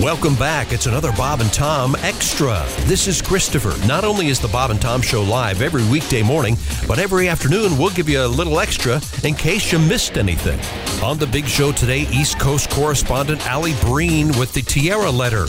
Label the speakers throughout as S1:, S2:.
S1: Welcome back. It's another Bob and Tom Extra. This is Christopher. Not only is the Bob and Tom Show live every weekday morning, but every afternoon we'll give you a little extra in case you missed anything. On the big show today, East Coast correspondent Allie Breen with the Tierra letter.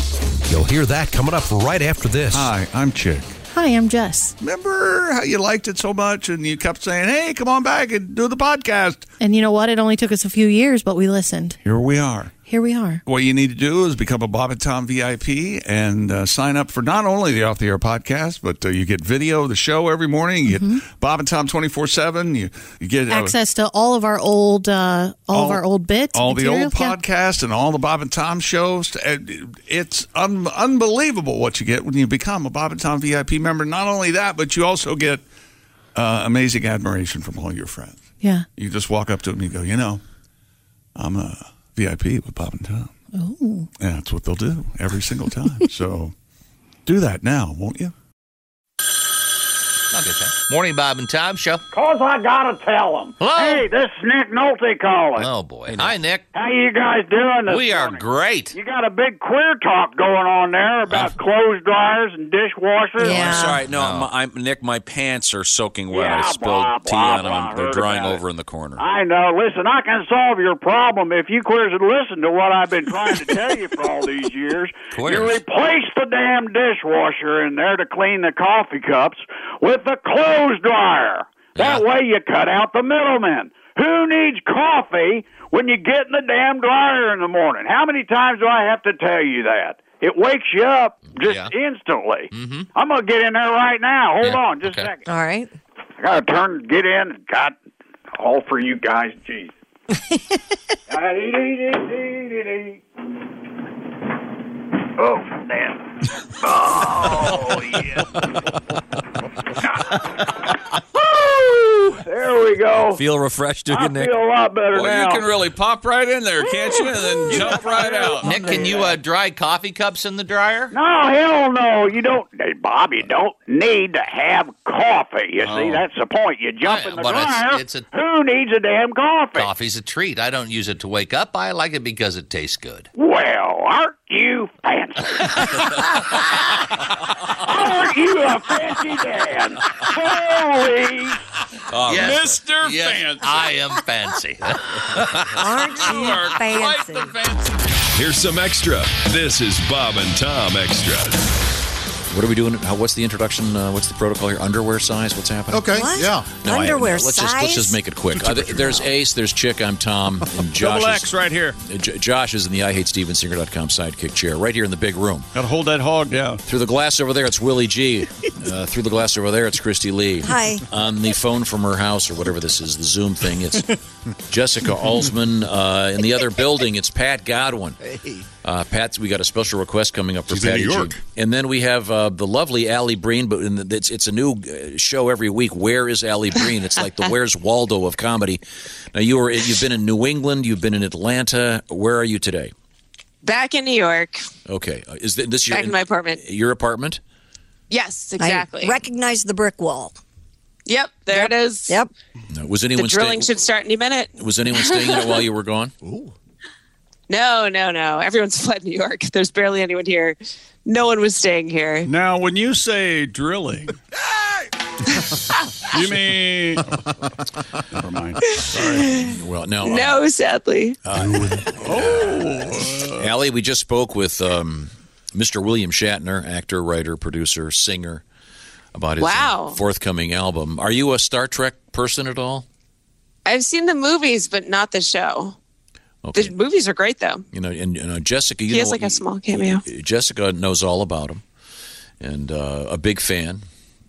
S1: You'll hear that coming up right after this.
S2: Ah.
S3: Hi, I'm Chick.
S4: Hi, I'm Jess.
S3: Remember how you liked it so much and you kept saying, hey, come on back and do the podcast?
S4: And you know what? It only took us a few years, but we listened.
S3: Here we are.
S4: Here we are.
S3: What you need to do is become a Bob and Tom VIP and uh, sign up for not only the Off the Air podcast, but uh, you get video of the show every morning. You get Bob and Tom 24 7. You you get uh,
S4: Mm-hmm. Access to all of our old, uh, all, of our old bits,
S3: all the
S4: material.
S3: old
S4: Yeah.
S3: podcasts, and all the Bob and Tom shows. And It's un- unbelievable what you get when you become a Bob and Tom VIP member. Not only that, but you also get uh, amazing admiration from all your friends.
S4: Yeah.
S3: You just walk up to them and you go, you know, I'm a VIP with Bob and Tom.
S4: Oh,
S3: And that's what they'll do every single time. so do that now, won't you?
S2: I'll get that. Morning, Bob and Tom show.
S5: Cause I gotta tell 'em.
S2: Hello?
S5: Hey, this is Nick Nolte calling.
S2: Oh boy. Hi, Nick.
S5: How you guys doing this
S2: We are
S5: morning?
S2: great.
S5: You got a big queer talk going on there about clothes dryers and dishwashers.
S4: Yeah.
S6: I'm sorry. No, My, I'm Nick. My pants are soaking wet.
S5: Yeah,
S6: I spilled
S5: blah,
S6: tea
S5: blah,
S6: on them.
S5: blah.
S6: and they're
S5: Heard
S6: drying
S5: about it.
S6: over in the corner.
S5: I know. Listen, I can solve your problem if you queers would listen to what I've been trying to tell you for all these years.
S2: Queers.
S5: You replace the damn dishwasher in there to clean the coffee cups with the clothes dryer. That
S2: Yeah.
S5: way you cut out the middleman. Who needs coffee when you get in the damn dryer in the morning? How many times do I have to tell you that? It wakes you up just
S2: Yeah. Mm-hmm.
S5: instantly. I'm gonna get in there right now. Hold
S2: Yeah,
S5: on, just
S2: okay.
S5: a second.
S7: All right.
S5: I gotta turn, get in, and got all for you guys. Jeez. oh man! Oh yeah! there we go.
S6: Feel refreshed, do you,
S5: I
S6: Nick?
S5: feel a lot better
S6: well,
S5: now.
S6: you can really pop right in there, can't you? And then jump right out.
S2: Nick, can you uh, dry coffee cups in the dryer?
S5: no, hell no! You don't, hey, Bob. You don't need to have coffee. You see, that's the point. You jump
S2: Yeah,
S5: in the
S2: but it's-
S5: dryer.
S2: it's a-
S5: Who needs a damn
S2: Coffee's a treat. I don't use it to wake up. I like it because it tastes good.
S5: Well, aren't you fancy? aren't you a fancy Dan? Holy!
S2: Yes.
S6: Mr.
S2: Yes, I am fancy.
S7: Oh, Aren't you fancy?
S8: Here's some extra. This is Bob and Tom Extra.
S6: What are we doing? How, what's the introduction? Uh, what's the protocol here? Underwear size? What's happening?
S9: Okay,
S7: What?
S9: yeah.
S6: No, I haven't.
S7: Underwear
S6: let's
S7: size?
S6: Just, let's just make it quick. Uh, th- there's Ace, there's Chick, I'm Tom, and Josh.
S3: Double
S6: is,
S3: X right here.
S6: uh, J- Josh is in the I Hate Steven Singer.com sidekick chair, right here in the big room.
S3: Got to hold that hog down.
S6: Through the glass over there, it's Willie G. Uh, through the glass over there, it's Christy Lee.
S7: Hi.
S6: On the phone from her house or whatever this is, the Zoom thing, it's Jessica Alsman. Uh, in the other building, it's Pat Godwin. Uh, Pat, we got a special request coming up for
S9: She's in
S6: Patty
S9: New
S6: G.
S9: York.
S6: And then we have uh, the lovely Allie Breen, but in the, it's, it's a new uh, show every week. Where is Allie Breen? It's like the Where's Waldo of comedy. Now you were you've been in New England, you've been in Atlanta. Where are you today?
S10: Back in New York,
S6: Okay, uh, is thi- this your
S10: back in my apartment.
S6: your apartment?
S10: Yes,
S7: I
S10: exactly.
S7: recognize the brick wall.
S10: yep, there it is.
S7: Yep.
S6: No. Was
S10: The
S6: anyone staying?
S10: drilling should start any minute.
S6: Was anyone staying there while you were gone?
S10: No, no, no. Everyone's fled New York. There's barely anyone here. No one was staying here.
S3: Now, when you say drilling, you mean. Never mind. Sorry.
S6: Well, no. uh,
S10: No, sadly.
S6: uh, Allie, we just spoke with um, Mr. William Shatner, actor, writer, producer, singer, about his uh,
S10: Wow.
S6: forthcoming album. Are you a Star Trek person at all?
S10: I've seen the movies, but not the show.
S6: Okay.
S10: The movies are great, though.
S6: You know, and you know, Jessica. You
S10: He
S6: know, uh,
S10: has like a small cameo.
S6: Jessica knows all about him, and uh, a big fan.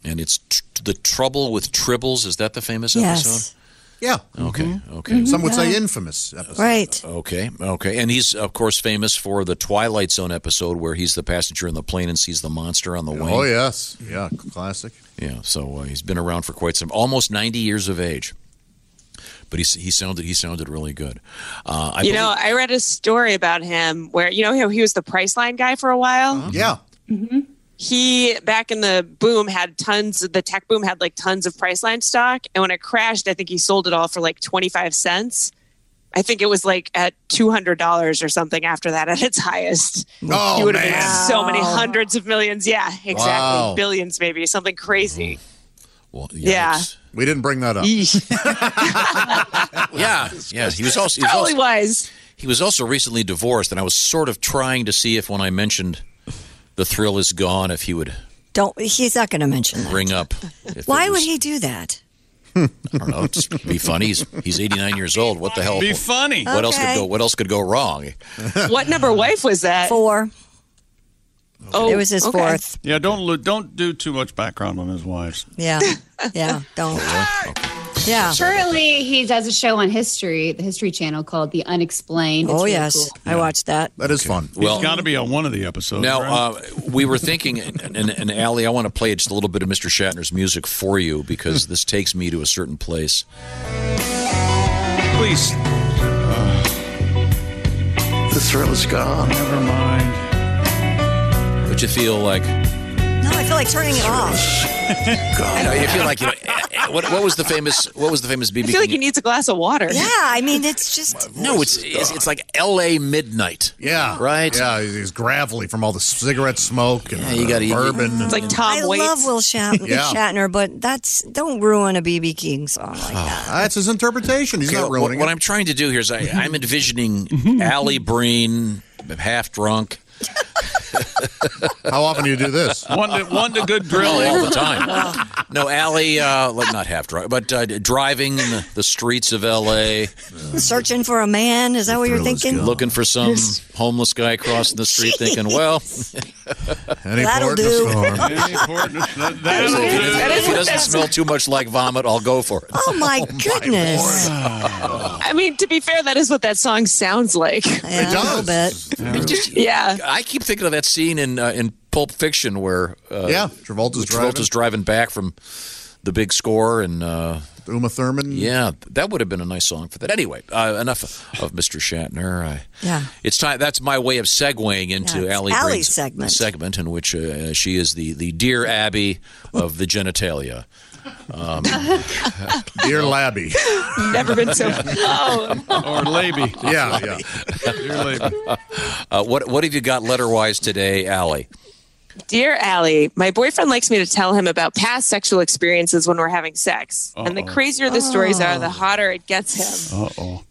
S6: And it's tr- the trouble with tribbles. Is that the famous
S7: Yes.
S9: Yeah. Mm-hmm.
S6: episode? Okay, okay,
S9: Some would say infamous episode.
S7: Right.
S6: Okay, okay. And he's, of course, famous for the Twilight Zone episode where he's the passenger in the plane and sees the monster on the wing.
S9: Oh, yes. Yeah, classic.
S6: Yeah, so uh, he's been around for quite some, almost 90 years of age. But he, he sounded he sounded really good. Uh, I
S10: You
S6: believe-
S10: know, I read a story about him where, you know, how he was the Priceline guy for a while.
S9: Yeah.
S10: he back in the boom had tons of the tech boom had like tons of priceline stock and when it crashed i think he sold it all for like 25 cents I think it was like at two hundred dollars or something after that at its highest.
S3: Oh,
S10: you would have
S3: man.
S10: made so many
S7: Wow.
S10: hundreds of millions. Yeah, exactly.
S6: Wow.
S10: Billions maybe, something crazy.
S6: Well,
S10: Yeah.
S6: yikes.
S9: We didn't bring that up.
S6: yeah, yeah. He was also he was
S10: Probably
S6: also,
S10: wise.
S6: he was also recently divorced, and I was sort of trying to see if when I mentioned the thrill is gone, if he would
S7: Don't. He's not going to mention that.
S6: ring up. if
S7: Why
S6: it
S7: would
S6: was-
S7: he do that?
S6: I don't know. Just be funny. He's he's 89 years old. What the hell?
S3: Be funny.
S6: What else could
S7: Okay.
S6: go? What else could go wrong?
S10: what number wife was that?
S7: Four.
S10: Oh,
S7: it was his
S10: okay.
S7: fourth.
S3: Yeah, don't lo- don't do too much background on his wives.
S7: Yeah. Yeah. Don't. Yeah.
S11: Currently, he does a show on History, the History Channel, called The Unexplained. It's
S7: Oh
S11: really
S7: yes,
S11: cool.
S7: I watched that.
S9: That is fun.
S6: Well,
S3: Got to be on one of the episodes.
S6: Now,
S3: right?
S6: uh, we were thinking, and, and, and Allie, I want to play just a little bit of Mr. Shatner's music for you because this takes me to a certain place.
S3: please.
S9: Uh,
S3: the thrill is gone. Never mind.
S6: But you feel like,
S7: No, I feel like turning it off.
S6: you know, you feel like, you know, eh, eh, what, what was the famous, what was the famous BB
S10: I feel like he
S6: King?
S10: needs a glass of water.
S7: Yeah, I mean it's just
S6: no, it's, it's it's like L.A. midnight.
S9: Yeah.
S6: Right?
S9: Yeah, he's- he's gravelly from all the cigarette smoke and
S6: Yeah, you gotta-
S9: the bourbon. and,
S10: It's like Tom
S7: I
S10: Waits.
S7: love Will Shat-
S9: Yeah.
S7: Shatner, but that's don't ruin a BB King song like that.
S9: that's Ah, his interpretation. He's
S6: Okay,
S9: not
S6: what,
S9: ruining
S6: what
S9: it.
S6: I'm trying to do here is I, I'm
S3: Mm-hmm.
S6: envisioning Allie Breen, half drunk,
S9: How often do you do this?
S3: One to, one to good
S6: Oh, all
S9: uh,
S3: drilling.
S6: the time. no, Allie, uh, like not half drunk, but uh, driving in the, the streets of L.A.
S7: Searching for a man, is that what you're
S9: Thrill is
S7: thinking?
S9: gone.
S6: looking for some homeless guy crossing the street, thinking, "Well,
S9: Any
S7: That'll
S9: port in a
S7: do.
S9: storm.
S3: That- that'll
S6: if
S3: do.
S6: it- if it doesn't smell too much like vomit, I'll go for it."
S7: Oh my goodness.
S10: I mean, to be fair, that is what that song sounds like.
S7: yeah, a little
S9: does.
S7: bit.
S10: Yeah.
S6: I keep thinking of that scene in uh, in Pulp Fiction where uh,
S9: yeah, Travolta's driving.
S6: Travolta's driving back from the big score, and uh,
S9: Uma Thurman.
S6: yeah, that would have been a nice song for that. Anyway, uh, enough of Mr. Shatner. I,
S7: Yeah.
S6: It's time. That's my way of segueing into
S7: Yeah, it's
S6: Allie
S7: Allie's
S6: Breen's
S7: segment.
S6: segment in which uh, she is the, the dear Abby of the genitalia.
S9: Dear Labby.
S10: Never been so. Oh,
S3: Or Laby.
S9: Yeah, yeah.
S3: Dear Laby.
S6: Uh, what what have you got letterwise today, Allie?
S10: dear Allie, my boyfriend likes me to tell him about past sexual experiences when we're having sex, and the crazier the stories are, the hotter it gets him.
S3: Uh oh.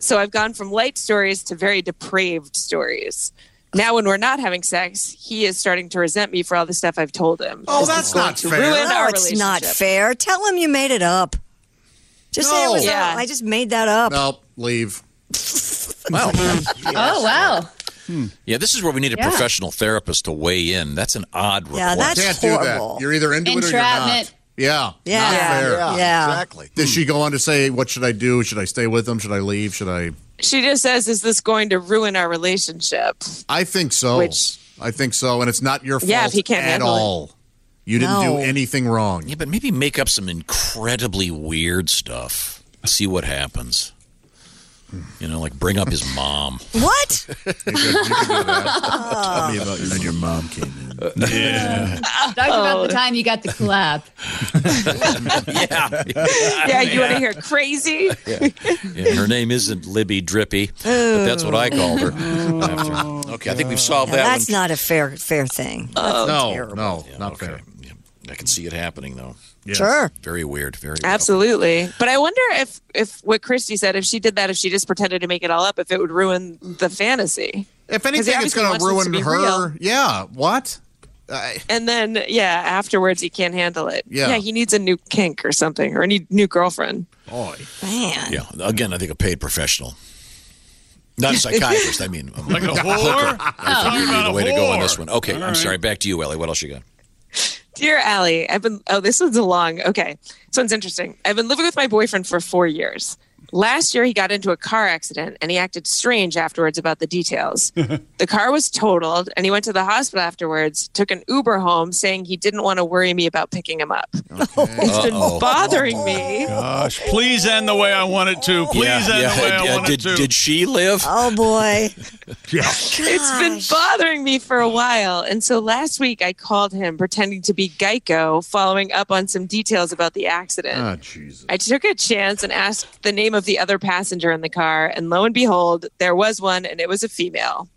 S10: So I've gone from light stories to very depraved stories. Now, when we're not having sex, he is starting to resent me for all the stuff I've told him.
S9: Oh,
S10: This is
S9: that's
S10: going
S9: not
S10: to
S9: fair.
S10: ruin
S7: No,
S10: our
S7: it's not
S10: relationship.
S7: fair. Tell him you made it up. Just say it was
S10: Yeah.
S7: up. I just made that up.
S9: Nope, leave.
S6: Well,
S11: Oh wow!
S6: yeah, this is where we need a
S11: Yeah.
S6: professional therapist to weigh in. That's an odd report.
S7: Yeah, that's-
S9: Can't do
S7: horrible.
S9: that. You're either into it or you're not.
S11: Entrapment.
S9: Yeah.
S7: Yeah.
S9: Not
S7: Yeah.
S9: fair.
S7: Yeah. Yeah.
S9: Exactly. Did she go on to say, what should I do? Should I stay with him? Should I leave? Should I?
S10: She just says, "Is this going to ruin our relationship?"
S9: I think so.
S10: Which-
S9: I think so. And it's not your fault
S10: Yeah, if he can't
S9: at
S10: handle it.
S9: all. You didn't
S7: No.
S9: do anything wrong.
S6: yeah, but maybe make up some incredibly weird stuff. See what happens. You know, like bring up his mom.
S7: What?
S9: You could- you could do that. Tell me about when your mom came in.
S11: Talk about the time you got the clap.
S10: yeah, you want to hear crazy?
S6: Yeah, her name isn't Libby Drippy, but that's what I called her. after. Okay, I think we've solved
S7: Now,
S6: that
S7: that's
S6: one.
S7: not a fair fair thing.
S9: Oh, no,
S7: terrible.
S9: no, not fair.
S6: I can see it happening though.
S7: Sure.
S6: Very weird. Very weird.
S10: Absolutely. But I wonder if if what Christy said, if she did that, if she just pretended to make it all up, if it would ruin the fantasy.
S9: If anything, it's
S10: obviously
S9: going
S10: wants
S9: to
S10: this to
S9: ruin
S10: be
S9: her.
S10: real.
S9: Yeah. What? I,
S10: And then yeah, afterwards he can't handle it.
S9: Yeah.
S10: he needs a new kink or something, or a new, new girlfriend.
S9: boy.
S7: Man.
S6: Yeah. Again, I think a paid professional, not a psychiatrist. I mean, um,
S3: Like a whore?
S6: I think would be
S3: about
S6: the
S3: a
S6: way to go on this
S3: whore.
S6: one. Okay, I'm sorry. Back to you, Ellie. What else you got?
S10: Dear Allie, I've been. Oh, this one's a long. Okay, this one's interesting. I've been living with my boyfriend for four years. Last year, he got into a car accident and he acted strange afterwards about the details. the car was totaled and he went to the hospital afterwards, took an Uber home saying he didn't want to worry me about picking him up. It's been bothering me.
S3: Gosh, please end the way I want it to. Please end the way I
S6: yeah,
S3: want
S6: did,
S3: it to.
S6: did she live?
S7: Oh boy.
S10: It's been bothering me for a while. And so last week, I called him pretending to be Geico, following up on some details about the accident.
S9: Ah, Jesus.
S10: I took a chance and asked the name name of the other passenger in the car, and lo and behold, there was one, and it was a female.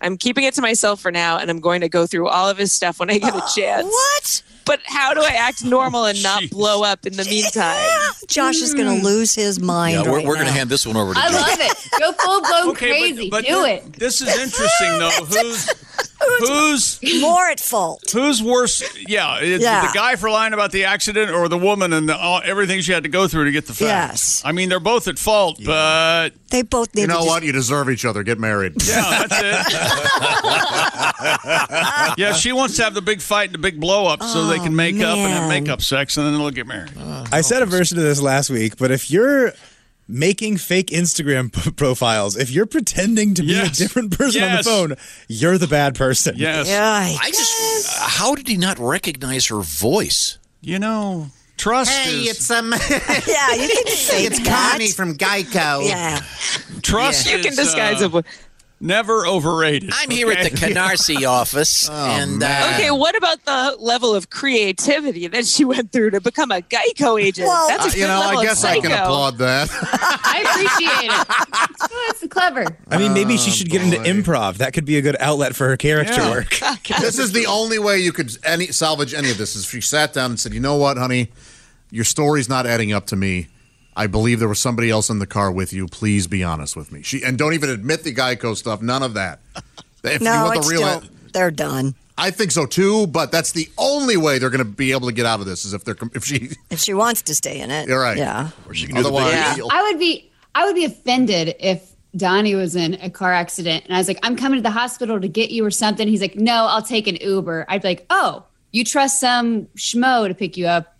S10: I'm keeping it to myself for now, and I'm going to go through all of his stuff when I get a chance.
S7: What?
S10: But how do I act normal and not blow up in the meantime?
S7: Josh is going to lose his mind.
S6: Yeah, we're,
S7: right
S6: we're going to
S7: now.
S6: hand this one over to
S11: I
S6: Joe.
S11: love it. Go full blown crazy. Do
S3: th-
S11: it.
S3: This is interesting though. Who's who's
S7: more at fault.
S3: who's worse? Yeah, it's
S7: Yeah.
S3: the guy for lying about the accident or the woman and the, all, everything she had to go through to get the facts.
S7: Yes.
S3: I mean, they're both at fault, but
S7: They both need
S9: You
S7: to
S9: know
S7: just-
S9: what? You deserve each other. Get married.
S3: yeah, that's it. yeah, she wants to have the big fight and the big blow up so they can make up and have
S7: Oh, man.
S3: makeup sex and then they'll get married.
S12: I said a version of this last week, but if you're making fake Instagram p- profiles, if you're pretending to be
S3: Yes.
S12: a different person
S3: Yes.
S12: on the phone, you're the bad person.
S3: yes.
S7: Yeah,
S6: I just, how did he not recognize her voice?
S3: You know, trust is
S13: um,
S7: yeah, you can say that.
S13: from Geico.
S7: Yeah,
S3: trust
S10: You
S3: is,
S10: can disguise
S3: uh,
S10: a voice.
S3: never overrated.
S6: I'm here at the Canarsie office,
S3: Oh,
S6: and uh,
S10: Okay, what about the level of creativity that she went through to become a Geico agent?
S7: Well-
S10: That's a
S9: Uh,
S10: good
S9: you know,
S10: level
S9: I
S10: of
S9: guess I can
S10: psycho.
S9: applaud that.
S11: I appreciate it. Oh, that's clever.
S12: I mean, maybe she
S9: Oh,
S12: should get into
S9: boy.
S12: improv. That could be a good outlet for her character
S3: Yeah.
S12: work.
S9: this is the only way you could any salvage any of this is if you sat down and said, "You know what, honey, your story's not adding up to me. I believe there was somebody else in the car with you. Please be honest with me." She and don't even admit the Geico stuff. None of that. If you
S7: no,
S9: want
S7: it's
S9: the real,
S7: still they're done.
S9: I think so too. But that's the only way they're going to be able to get out of this is if they're com- if she.
S7: If she wants to stay in it,
S9: You're right.
S7: Yeah,
S13: Or she can do
S9: Otherwise,
S13: the big
S10: Yeah.
S13: deal.
S11: I would be I would be offended if Donnie was in a car accident and I was like, I'm coming to the hospital to get you or something. He's like, No, I'll take an Uber. I'd be like, Oh, you trust some schmo to pick you up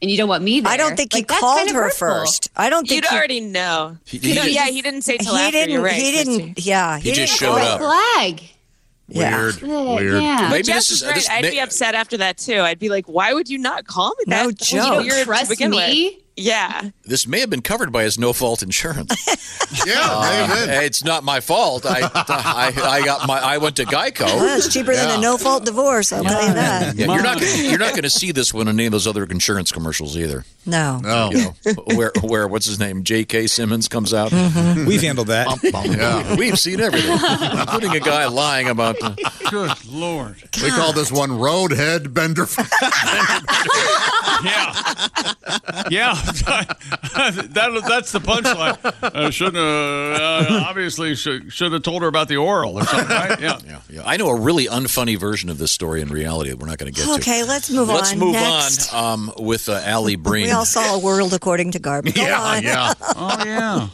S11: and you don't want me there.
S7: I don't think
S11: like,
S7: he
S11: that's
S7: called
S11: kind of
S7: her
S11: hurtful.
S7: first. I don't think
S10: You'd
S7: he,
S10: already know.
S6: he-
S10: No,
S6: he-
S10: yeah, he didn't say till
S7: he
S10: after.
S7: didn't.
S10: You're right,
S7: he
S10: Christy.
S7: didn't. Yeah,
S6: He just
S7: didn't
S6: showed
S7: call
S6: up.
S7: her.
S11: Flag.
S7: Yeah.
S9: Weird.
S11: Uh,
S9: Weird.
S11: Yeah.
S6: Maybe
S10: Jeff
S6: this
S10: is
S6: is
S10: right.
S6: this
S10: I'd
S6: may-
S10: be upset after that too. I'd be like, "Why would you not call me that?"
S7: No
S10: That's
S7: joke.
S11: You
S7: Oh,
S11: don't
S10: weird to
S11: trust
S10: begin
S11: me.
S10: with." Yeah,
S6: this may have been covered by his no fault insurance.
S9: Yeah,
S7: Oh,
S6: Uh,
S9: amen.
S6: it's not my fault. I, I I got my I went to
S7: Well,
S6: Geico.
S7: it's cheaper than
S9: Yeah.
S7: a no fault divorce. I'll tell you that.
S6: Yeah, you're not gonna, you're not going to see this one in any of those other insurance commercials either.
S7: No.
S9: No.
S6: You know, where where what's his name J.K. Simmons comes out.
S7: Mm-hmm.
S12: We've handled that.
S9: Yeah.
S6: We've seen everything, including a guy lying about. uh,
S3: Good lord.
S9: We call this one roadhead bender.
S3: Yeah. Yeah. that, that's the punchline. Uh, shouldn't have, uh, obviously, should, should have told her about the oral or something, right? Yeah.
S6: yeah, yeah. I know a really unfunny version of this story in reality that we're not going to get to.
S7: Okay, let's move on.
S6: Let's move
S7: Next.
S6: on um, with uh, Allie Breen.
S7: We all saw a world according to Garb. Go on.
S9: yeah.
S3: Oh, yeah.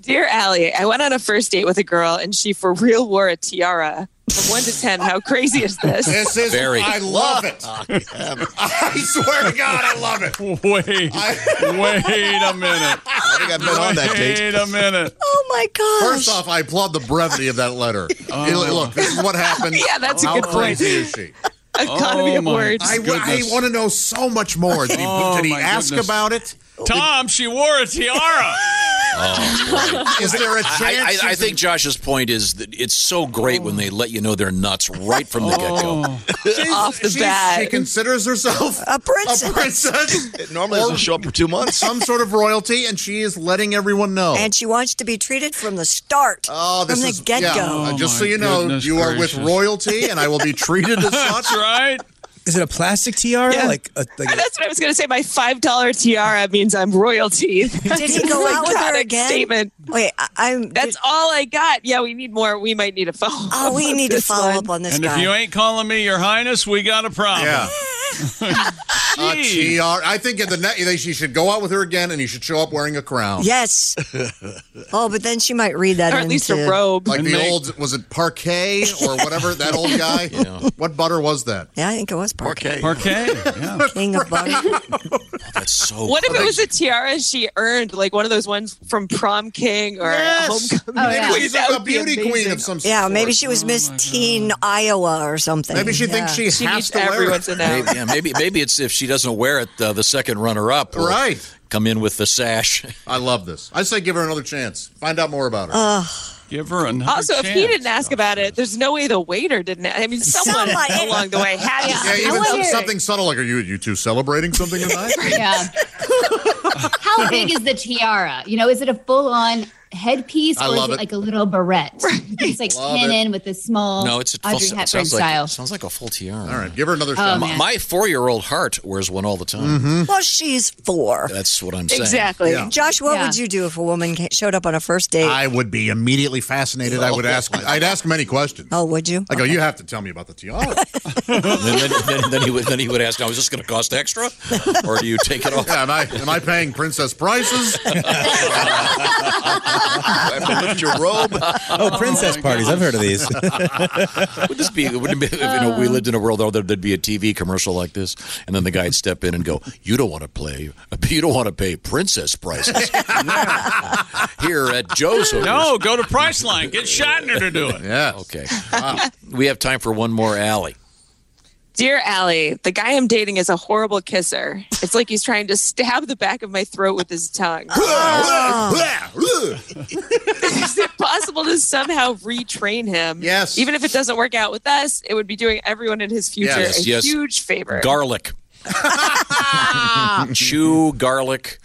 S10: dear Allie, I went on a first date with a girl, and she for real wore a tiara. From one to ten, how crazy is this?
S9: This is.
S6: Very.
S9: I love it. I swear to God, I love it.
S3: Wait. Wait a minute.
S9: I think I've been on that date.
S3: Wait a minute.
S7: Oh my gosh.
S9: First off, I applaud the brevity of that letter. Hey, Look, this is what happened.
S10: Yeah, that's a
S9: How
S10: good point.
S9: crazy is she?
S10: Economy
S3: Oh
S10: of
S3: my-
S10: words.
S9: I, I
S3: Goodness.
S9: want to know so much more. Did he,
S3: Oh,
S9: did he
S3: my
S9: ask
S3: goodness.
S9: about it?
S3: Tom, she wore a tiara.
S9: Is there a chance?
S6: I, I, I
S9: she's
S6: think Josh's point is that it's so great when they let you know they're nuts right from the
S9: Oh.
S6: get go.
S9: in-
S10: off the
S9: she's-
S10: bat.
S9: She considers herself
S7: A princess.
S9: a princess,
S13: It normally doesn't show up for two months.
S9: some sort of royalty, and she is letting everyone know.
S7: and she wants to be treated from the start.
S9: Oh, this
S7: from the
S9: is
S7: get go.
S9: yeah. Uh, just so
S3: Oh my
S9: you know,
S3: goodness
S9: you are with
S3: gracious.
S9: royalty, and I will be treated as
S3: That's
S9: such.
S3: right.
S12: Is it a plastic tiara?
S10: Yeah.
S12: Like, a, like
S10: And that's what I was going to say. My five dollar tiara means I'm royalty.
S7: Did he go out with her again?
S10: Statement.
S7: Wait, I, I'm.
S10: That's
S7: did-
S10: all I got. Yeah, we need more. We might need a follow.
S7: oh, we need to follow up on this
S3: And
S7: guy.
S3: if you ain't calling me your highness, we got a problem.
S9: Yeah. Uh,
S3: Jeez.
S9: she are. I think in the net, she should go out with her again, and he should show up wearing a crown.
S7: yes. oh, but then she might read that
S10: or at
S7: into,
S10: least a robe.
S9: Like
S3: And
S9: the
S3: make-
S9: old, was it parquet or whatever? That old guy. What butter was that?
S7: Yeah, I think it was parquet.
S13: Okay.
S3: Parquet. Yeah.
S7: King of butter.
S6: That's so.
S10: What if it was a tiara she earned, like one of those ones from Prom King or Homecoming?
S11: Oh, yeah.
S10: Queen?
S9: She's
S10: That
S9: like a
S10: would be
S9: beauty
S10: amazing.
S9: queen of some sort.
S7: yeah, maybe she was Miss Teen Iowa or something.
S9: Oh Maybe she
S7: yeah.
S9: thinks she,
S10: She
S9: has
S10: needs
S9: to wear
S10: everyone
S9: it.
S10: to know.
S6: Maybe, yeah, maybe maybe it's if she doesn't wear it, uh, the second runner up will
S9: Right.
S6: come in with the sash.
S9: I love this. I say give her another chance. Find out more
S7: Oh,
S9: about her.
S3: Give her another
S10: Also, if he
S3: chance.
S10: didn't ask about it, there's no way the waiter didn't. I mean, someone
S7: Somebody.
S10: along the way had to.
S9: yeah,
S10: ask.
S9: even
S11: wonder-
S9: something subtle like, are you you two celebrating something tonight?
S11: Yeah. How big is the tiara? You know, is it a full on headpiece
S6: I
S11: or is
S6: love
S11: it,
S6: it.
S11: like a little barrette? It's like
S6: Love
S11: pin
S6: it.
S11: in with a small
S6: No, it's a full,
S11: Audrey
S6: it
S11: Hepburn
S6: sounds like
S11: style.
S6: it sounds like a full tiara. All
S9: right, give her another
S11: Oh,
S6: my,
S11: man.
S6: my four-year-old heart wears one all the time.
S9: Mm-hmm.
S7: Well, she's four.
S6: That's what I'm saying.
S7: Josh, what
S6: Yeah.
S7: would you do if a woman ca- showed up on a first date?
S9: I would be immediately fascinated. I would ask. I'd ask him any questions.
S7: Oh, would you?
S9: I go. You have to tell me about the tiara.
S6: then, then, then, then he would, then he would ask, "Now is this going to cost extra, or do you take it off?"
S9: Yeah, am I am I paying princess prices?
S6: lift your robe.
S12: Oh, princess parties. I've heard of these.
S6: Would this be? Would it be if you know, we lived in a world where there'd be a TV commercial like this, and then the guy'd step in and go, "You don't want to play. You don't want to pay princess prices here at Joe's." Hookers."
S3: No, go to Priceline. Get Shatner to do it.
S6: Yeah. Okay. We have time for one more alley.
S10: Dear Allie, the guy I'm dating is a horrible kisser. It's like he's trying to stab the back of my throat with his tongue.
S11: Oh.
S10: is it possible to somehow retrain him? Yes. Even if it doesn't work out with us, it would be doing everyone in his future
S6: Yes,
S10: a
S6: yes.
S10: huge favor.
S6: Garlic. Chew garlic.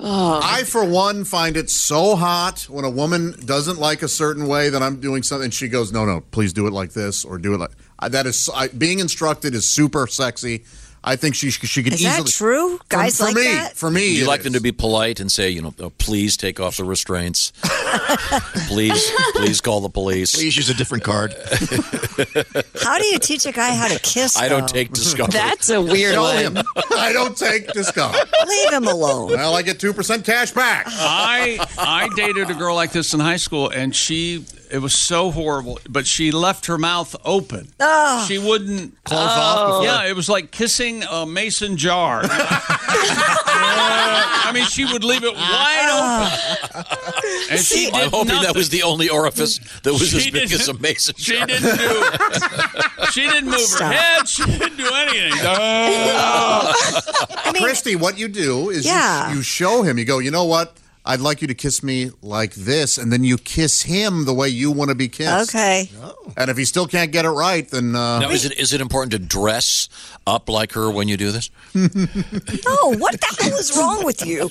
S7: Uh-huh.
S9: I, for one, find it so hot when a woman doesn't like a certain way that I'm doing something. She goes, "No, no, please do it like this or do it like I, that." Is I, being instructed is super sexy. I think she she could
S7: Is
S9: easily.
S7: that true?
S9: For-
S7: Guys
S9: for
S7: like
S9: me,
S7: that?
S9: For me,
S6: you
S9: it
S6: like
S9: is.
S6: them to be polite and say, you know, oh, please take off the restraints. please, please call the police. Please use a different card.
S7: How do you teach a guy how to kiss?
S6: I don't
S7: though?
S6: take discovery.
S7: That's a weird
S9: Tell
S7: one.
S9: him, I don't take discount.
S7: Leave him alone.
S9: Well, I get two percent cash back.
S7: Uh-huh.
S3: I I dated a girl like this in high school, and she it was so horrible, but she left her mouth open.
S7: Oh.
S3: She wouldn't
S9: Close off before-
S3: Oh. Yeah, it was like kissing a mason jar. Uh, I mean, she would leave it wide open. And she did
S6: I'm hoping that
S3: nothing.
S6: was the only orifice that was
S3: She
S6: as big
S3: didn't-
S6: as a mason
S3: She
S6: jar.
S3: didn't do. She didn't move her
S6: Stop.
S3: head. She didn't do anything.
S9: Christy, what you do is you-
S3: Yeah.
S9: you, show him. You go, you know what? I'd like you to kiss me like this, and then you kiss him the way you want to be kissed.
S7: Okay.
S9: And if he still can't get it right, then uh,
S6: Now, is it is it important to dress up like her when you do this?
S7: No, what the hell is wrong with you?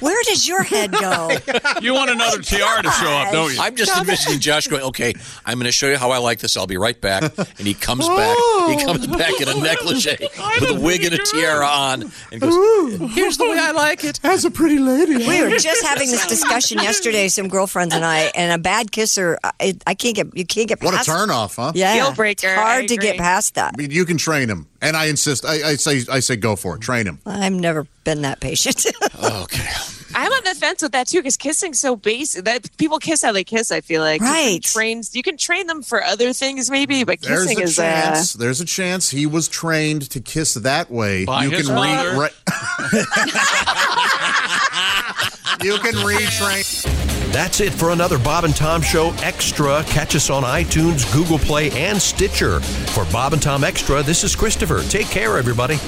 S7: Where does your head go?
S3: You want another tiara to show up, don't you?
S6: I'm just envisioning Josh going, "Okay, I'm going to show you how I like this. I'll be right back." And he comes back. He comes back in a negligee with a wig and a tiara on, and goes, Here's the way I like it.
S9: As a pretty lady.
S7: We were just having this discussion yesterday, some girlfriends and I, and a bad kisser. I, I can't get you can't get
S9: What a
S7: past
S9: turnoff, huh?
S7: Yeah,
S9: Deal
S10: breaker,
S7: It's hard
S10: I
S7: to get
S10: agree.
S7: past that.
S9: I mean, you can train him, and I insist. I, I say, I say, go for it. Train him.
S7: I've never been that patient.
S6: okay.
S10: I'm on the fence with that too because kissing's so basic that people kiss how they kiss. I feel like You can,
S7: Right.
S10: train, you can train them for other things maybe, but
S9: There's
S10: kissing
S9: a
S10: is uh,
S9: chance. There's a chance he was trained to kiss that way.
S10: By
S9: you
S10: his
S9: can
S10: father.
S9: re- re- You can retrain.
S1: That's it for another Bob and Tom Show Extra. Catch us on iTunes, Google Play, and Stitcher. For Bob and Tom Extra, this is Christopher. Take care, everybody.